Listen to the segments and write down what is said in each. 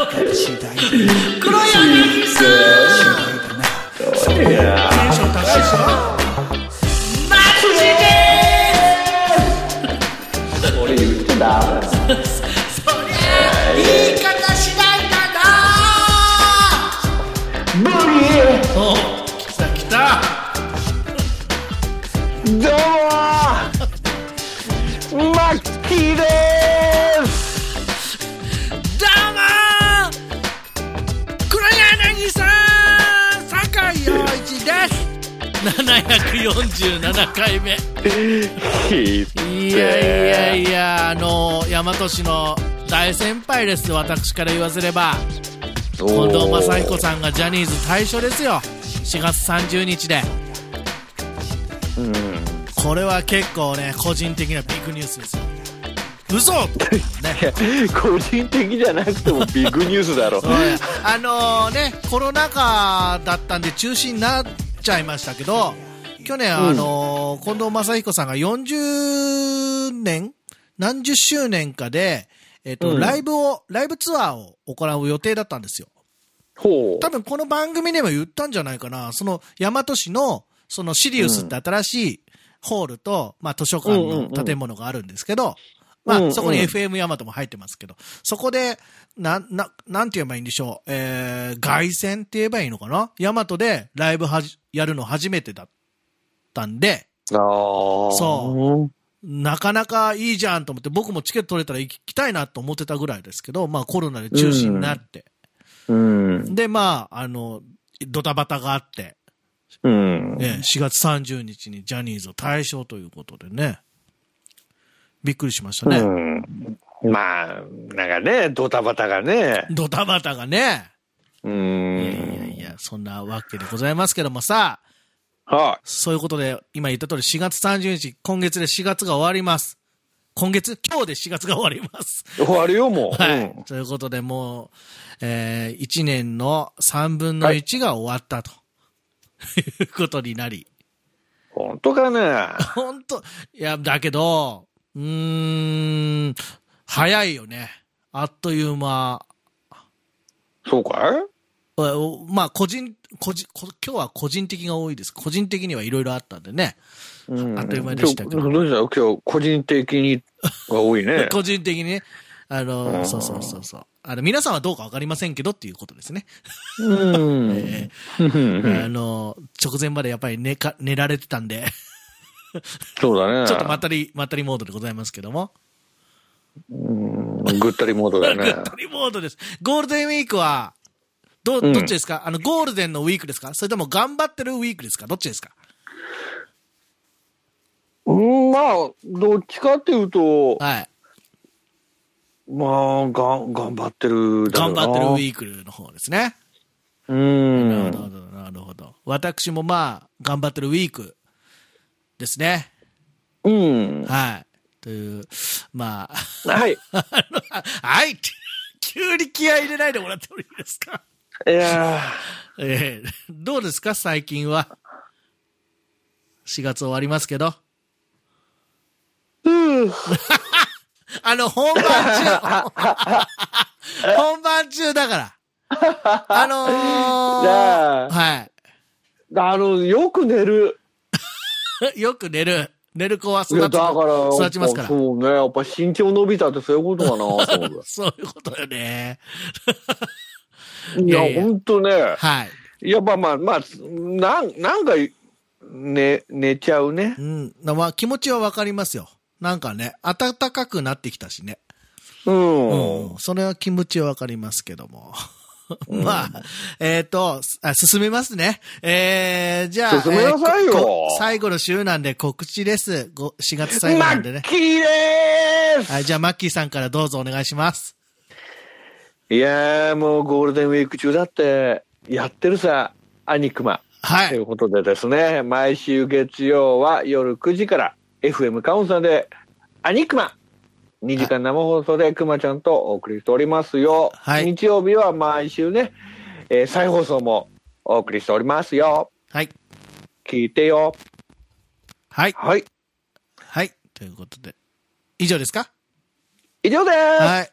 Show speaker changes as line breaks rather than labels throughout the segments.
大事黒柳さんそうテンション高いでしょマジ
それ言っちゃダメだ
でそりゃ言い方しないだな
ブリ
お来た来た
ーどうもーマッキーでー す
どうもー黒柳さん坂井陽一です747回目
ひっ
いやいやいやあの大和市の大先輩です私から言わせれば
近
近藤正彦さんがジャニーズ退所ですよ4月30日で
んうん
これは結構ね個人的なビッグニュースですよ嘘ね
いや個人的じゃなくてもビッグニュース だろ
はいあのね、コロナ禍だったんで中止になっちゃいましたけど、去年、あの近藤正彦さんが40年、何十周年かで、えっ、と、
うん
ライブを、ライブツアーを行う予定だったんですよ。
ほう
多分この番組でも言ったんじゃないかな。その、大和市の、そのシリウスって新しいホールと、まあ図書館の建物があるんですけど、
うんう
まあ
ん
そこに FM 大和も入ってますけど、そこで、なん、な、なんて言えばいいんでしょう。えー、外線って言えばいいのかな大和でライブはじ、やるの初めてだったんで、
ああ
そなかなかいいじゃんと思って、僕もチケット取れたら行きたいなと思ってたぐらいですけど、まあコロナで中止になって。
ううん
で、まあ、あの、ドタバタがあって、
うん
ね、4月30日にジャニーズを退所ということでね。びっくりしましたね。
うんまあなんかねドタバタがね
ドタバタがね。
う
いやいや
ん
いや、そんなわけでございますけどもさ、
は
そういうことで、今言った通り4月30日、今月で4月が終わります。今月、今日で4月が終わります。
い終わるよもう
はい。
うん
ということで、もう、えー、1年の3分の1が終わったと、 い、うことになり。
本当かな
本当いや、だけど、うーん、早いよね。あっという間。
そうかい
えおまあ、個人、個人、こ今日は個人的が多いです。個人的にはいろいろあったんでね。
うん
あっという間でしたけど
今日どうした今日個人的にが多い ね
個人的にね。あ
う
の、
ん
そうそうそうそう。あの、皆さんはどうかわかりませんけどっていうことですね。
うん、
え
うん
あの、直前までやっぱり寝か、寝られてたんで、
そうだね
ちょっとまったり、まったりモードでございますけども。
うんぐったりモードだ
グ
ね
ッドリモードです。ゴールデンウィークは、ど、ど
うん
っちですか、あの、ゴールデンのウィークですかそれとも頑張ってるウィークですかどっちですか
うんまあどっちかっていうと
はい。
まあがん頑張ってるだろう
頑
な
張ってるウィークの方ですね。
うん
なるほど、なるほど。私もまあ、頑張ってるウィークですね。
うん
はい。という、まあ、
はいい
あのはいって急に気合い入れないでもらってもいいですか
や
ええどうですか最近は。4月終わりますけど。
ーうん
あの、本番 中。本番中だから。あの ー、
じゃあ
は
あのよく寝る
い。 よく寝る。寝る子はい育
やだ
ち
から
育ちますから。
そうねやっぱ身長伸びたってそういうこと かなと思う
そういうことよね。
い
いやいや
や本当ね
はい。
いや、まあまあまあ、なん、なんか、寝、寝ちゃうね。
うん。まあ、気持ちはわかりますよ。なんかね、暖かくなってきたしね。
うん。
うん。それは気持ちはわかりますけども。 まあ、えっ、とあ、進めますね。えー、じゃあ、
進めなさいよ
えーこ最後の週なんで告知です。ご4月最後
マ
なんで
ッ
ね。
キーでーす、
はい、じゃあ、マッキーさんからどうぞお願いします。
い、やー、もうゴールデンウィーク中だって、やってるさ、アニクマ。
は
と
い
い。うことでですね、毎週月曜は夜9時から FM カウンさんで、アニクマ2時間生放送でクマちゃんとお送りしておりますよ。
はい
日曜日は毎週ね、えー再放送もお送りしておりますよ。
はい。
聞いてよ。
はい。
はい。
はい。ということで。以上ですか
以上です。
はい。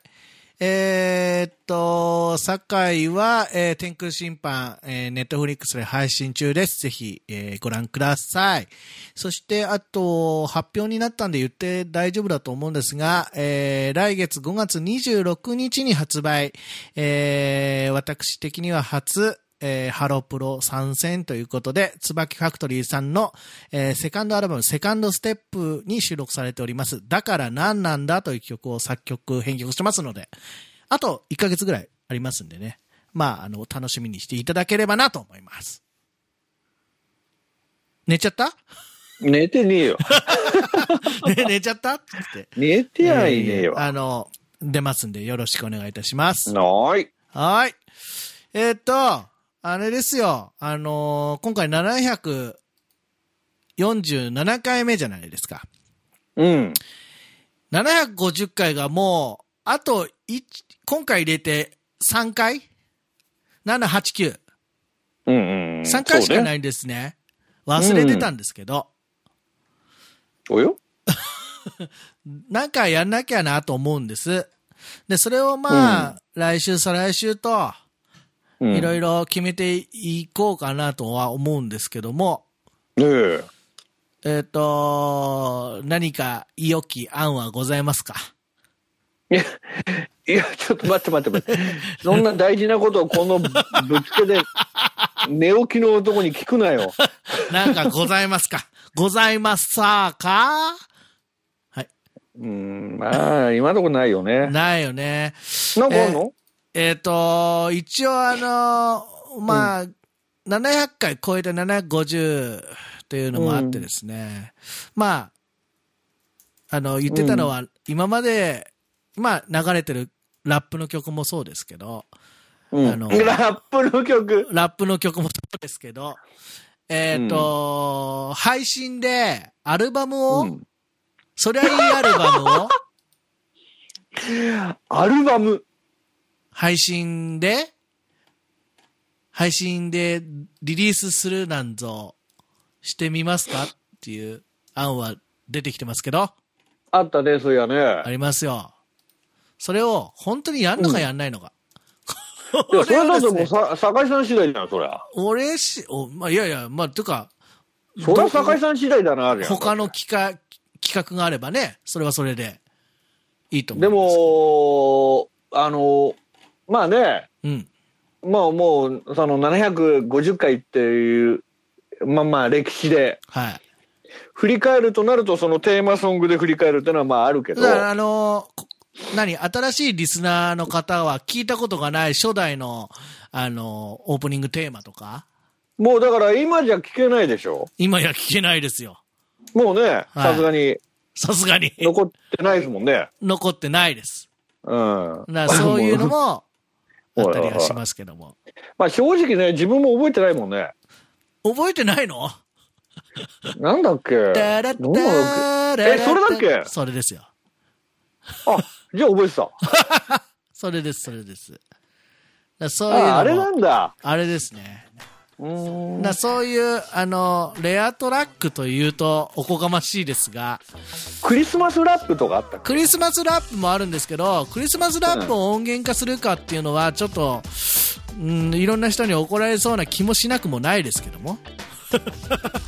えーっと、酒井は、えー天空審判、えーネットフリックスで配信中です。ぜひ、えーご覧ください。そして、あと、発表になったんで言って大丈夫だと思うんですが、えー来月5月26日に発売、えー私的には初、えーハロプロ参戦ということで、椿ファクトリーさんの、えーセカンドアルバム、セカンドステップに収録されております。だから何なんだという曲を作曲、編曲してますので、あと1ヶ月ぐらいありますんでね。まあ、あの、楽しみにしていただければなと思います。寝ち ゃった
寝てねえ よ。
ね寝ちゃったって言って。
寝てや いねえ
え
よ
ー。あの、出ますんでよろしくお願いいたします。
なーい。
はーい。えーっ、と、あれですよ。あのー今回747回目じゃないですか。
うん。
750回がもう、あと1、今回入れて3回 ?7、8、9。
うんうんうん。
3回しか
い。
ないんですね。忘れてたんですけど、
およ
なんかやんなきゃなと思うんです。で、それをまあ、来週、再来週と、
うん
いろいろ決めていこうかなとは思うんですけども、
ねえ。
えっ、と、何か良き案はございますか
いや、いや、ちょっと待って待って待って。そんな大事なことをこのぶつけで、寝起きの男に聞くなよ。
なんかございますかございますさーか
うん、まあ、今のところないよね。
ないよね。
なんかあんの、
えっ、と、一応あのまあ、700回超えて750っていうのもあってですね、まあ、あの、言ってたのは、今まで、まあ、流れてるラップの曲もそうですけど、
うん、
あの
ラップの曲。
ラップの曲もそうですけど、えっ、と、配信でアルバムを、
うん
そりゃいいアルバムを
アルバム。
配信で、配信でリリースするなんぞしてみますかっていう案は出てきてますけど、
あったね、そういやね。
ありますよ。それを本当にやんのかやんないのか。
いや、それだと
こ
も
れ
うさ、酒井さん次第じゃん、そりゃ。
俺し、おまあ、いやいや、まあ、てか、
そりゃ酒井さん次第だな、あれ。
他の企画、企画があればね、それはそれでいいと思
で
います。
も、あの、まあね、
うん。
まあもう、その750回っていう、まあまあ歴史で、
はい。
振り返るとなると、そのテーマソングで振り返るってのはまああるけ
だ
ど、
から、あのーこ何新しいリスナーの方は聞いたことがない初代の、あのーオープニングテーマとか、
もうだから今じゃ聞けないでしょ。
今や聞けないですよ。
もうね、さすがに
さすがに。
残ってないですもんね。
残ってないです。
うん。
だからそういうの も、あ
もう
ったりはしますけども。
まあ正直ね、自分も覚えてないもんね。
覚えてないの
なんだっけどうな
だ
んだ
ら
っ
だ
けえそれだっけ
それですよ。
あ、じゃあ覚え てた。
それです、それです。だからそういうのも
あ、あれなんだ。
あれですね。
うーん。
なそういう、あの、レアトラックというとおこがましいですが、
クリスマスラップとかあったっけ
クリスマスラップもあるんですけど、クリスマスラップを音源化するかっていうのは、ちょっと、うん、いろんな人に怒られそうな気もしなくもないですけども。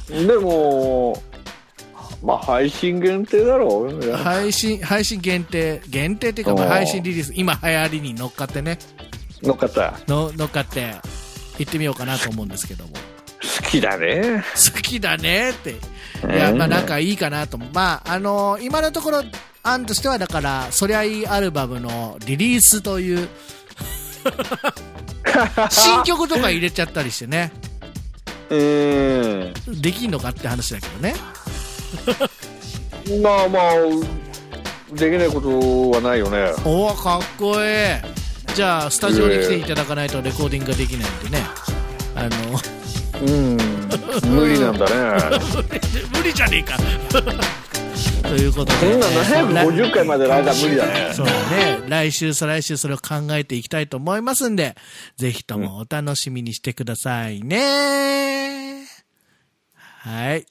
でも、まあ配信限定だろう。
配信、配信限定、限定っていうか、
おー
まあ配信リリース、今流行りに乗っかってね、
の方、
の乗っかって、行ってみようかなと思うんですけども。
好きだね。
好きだねって。いや、まあなんかいいかなと思う。まあ、あの今のところ、案としてはだから、そりゃいいアルバムのリリース という、新曲とか入れちゃったりしてね、
うん。
できんのかって話だけどね。
まあまあ、できないことはないよね。
おお、かっこいい。じゃあ、スタジオに来ていただかないとレコーディングができないんでね。あ の、
うん。無理なんだね。
無理じゃねえか。 というこ と
そ
で、
んな750回までの間無理だね。
そうだね。来週、再来週それを考えていきたいと思いますんで、ぜひともお楽しみにしてくださいね。はい。